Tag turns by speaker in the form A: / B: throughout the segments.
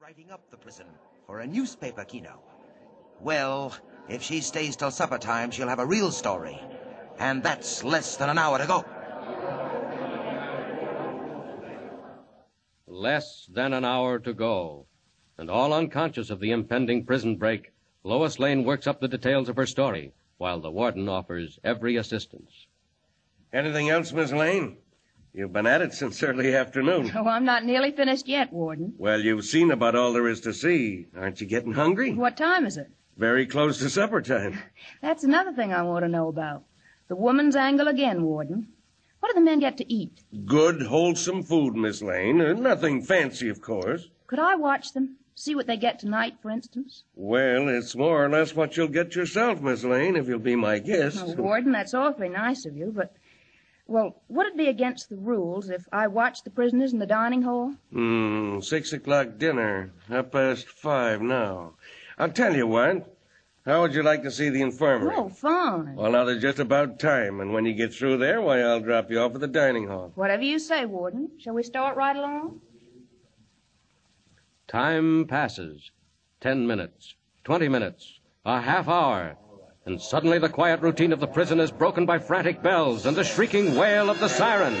A: writing up the prison for a newspaper kino. Well, if she stays till supper time, she'll have a real story. And that's less than an hour to go.
B: Less than an hour to go. And all unconscious of the impending prison break, Lois Lane works up the details of her story while the warden offers every assistance.
C: Anything else, Miss Lane? You've been at it since early afternoon.
D: Oh, I'm not nearly finished yet, Warden.
C: Well, you've seen about all there is to see. Aren't you getting hungry?
D: What time is it?
C: Very close to supper time.
D: That's another thing I want to know about. The woman's angle again, Warden. What do the men get to eat?
C: Good, wholesome food, Miss Lane. Uh, Nothing fancy, of course.
D: Could I watch them? See what they get tonight, for instance?
C: Well, it's more or less what you'll get yourself, Miss Lane, if you'll be my guest.
D: Oh, Warden, that's awfully nice of you, but. Well, would it be against the rules if I watched the prisoners in the dining hall?
C: Hmm, six o'clock dinner. Half past five now. I'll tell you what. How would you like to see the infirmary?
D: Oh, fine.
C: Well, now there's just about time, and when you get through there, why, I'll drop you off at the dining hall.
D: Whatever you say, Warden. Shall we start right along?
B: Time passes. Ten minutes, twenty minutes, a half hour, and suddenly the quiet routine of the prison is broken by frantic bells and the shrieking wail of the siren.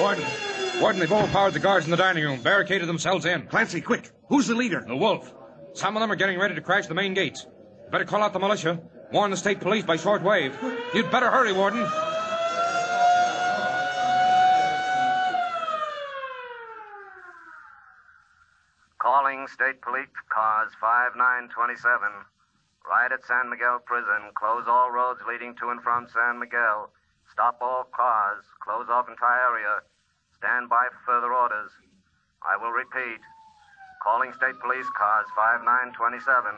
E: Warden, Warden, they've overpowered the guards in the dining room, barricaded themselves in.
F: Clancy, quick. Who's the leader?
E: The wolf. Some of them are getting ready to crash the main gates. Better call out the militia. Warn the state police by short wave. You'd better hurry, Warden.
G: Calling State Police Cars 5927. Right at San Miguel Prison. Close all roads leading to and from San Miguel. Stop all cars. Close off entire area. Stand by for further orders. I will repeat. Calling State Police Cars 5927.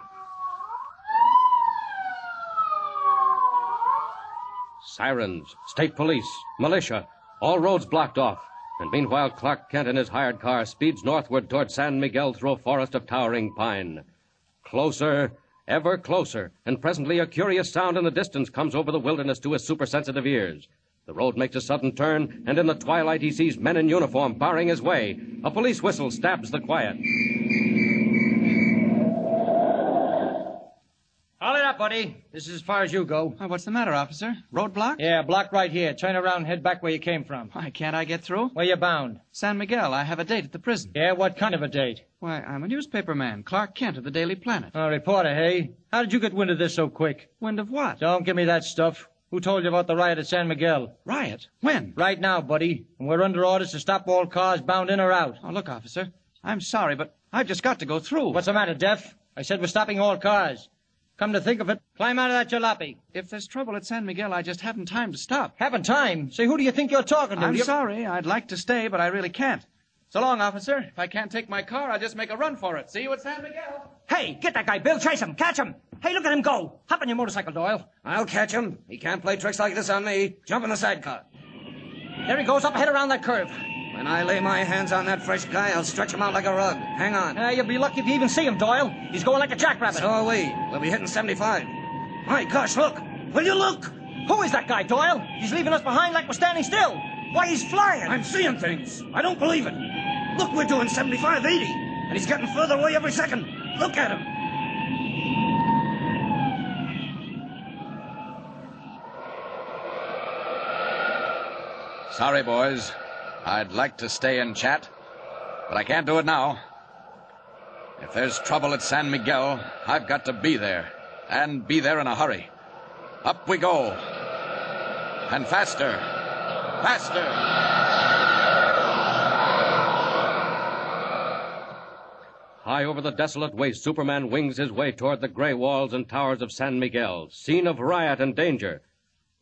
B: Sirens, state police, militia, all roads blocked off. And meanwhile, Clark Kent in his hired car speeds northward toward San Miguel through a forest of towering pine. Closer, ever closer, and presently a curious sound in the distance comes over the wilderness to his supersensitive ears. The road makes a sudden turn, and in the twilight he sees men in uniform barring his way. A police whistle stabs the quiet.
H: Haul it up, buddy. This is as far as you go.
I: Why, what's the matter, officer? Roadblock?
H: Yeah, block right here. Turn around and head back where you came from.
I: Why, can't I get through?
H: Where you bound?
I: San Miguel, I have a date at the prison.
H: Yeah, what kind of a date?
I: Why, I'm a newspaper man, Clark Kent of the Daily Planet.
H: A reporter, hey? How did you get wind of this so quick?
I: Wind of what?
H: Don't give me that stuff. Who told you about the riot at San Miguel?
I: Riot? When?
H: Right now, buddy. And we're under orders to stop all cars bound in or out.
I: Oh, look, officer, I'm sorry, but I've just got to go through.
H: What's the matter, Def? I said we're stopping all cars. Come to think of it, climb out of that jalopy.
I: If there's trouble at San Miguel, I just haven't time to stop.
H: Haven't time. Say, who do you think you're talking to?
I: I'm
H: You-
I: sorry, I'd like to stay, but I really can't. So long, officer. If I can't take my car, I'll just make a run for it. See you at San Miguel.
H: Hey, get that guy, Bill. Trace him. Catch him. Hey, look at him go. Hop on your motorcycle, Doyle.
J: I'll catch him. He can't play tricks like this on me. Jump in the sidecar.
H: There he goes, up ahead around that curve.
J: When I lay my hands on that fresh guy, I'll stretch him out like a rug. Hang on.
H: Uh, you'll be lucky if you even see him, Doyle. He's going like a jackrabbit.
J: So are we. We'll be hitting 75. My gosh, look. Will you look?
H: Who is that guy, Doyle? He's leaving us behind like we're standing still. Why, he's flying.
J: I'm seeing things. I don't believe it. Look, we're doing 75, 80. And he's getting further away every second. Look at him.
K: Sorry, boys. I'd like to stay and chat, but I can't do it now. If there's trouble at San Miguel, I've got to be there, and be there in a hurry. Up we go. And faster. Faster.
B: High over the desolate waste, Superman wings his way toward the gray walls and towers of San Miguel, scene of riot and danger.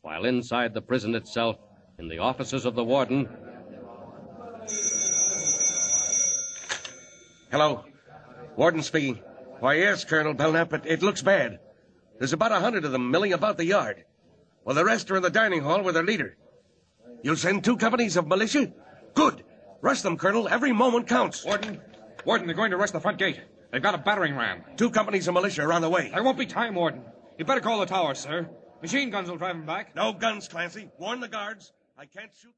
B: While inside the prison itself, in the offices of the warden,
C: Hello. Warden speaking. Why, yes, Colonel Belknap, but it looks bad. There's about a hundred of them milling about the yard. Well, the rest are in the dining hall with their leader. You'll send two companies of militia? Good. Rush them, Colonel. Every moment counts.
E: Warden, Warden, they're going to rush the front gate. They've got a battering ram.
C: Two companies of militia are on the way.
E: There won't be time, Warden. You better call the tower, sir. Machine guns will drive them back.
C: No guns, Clancy. Warn the guards. I can't shoot them.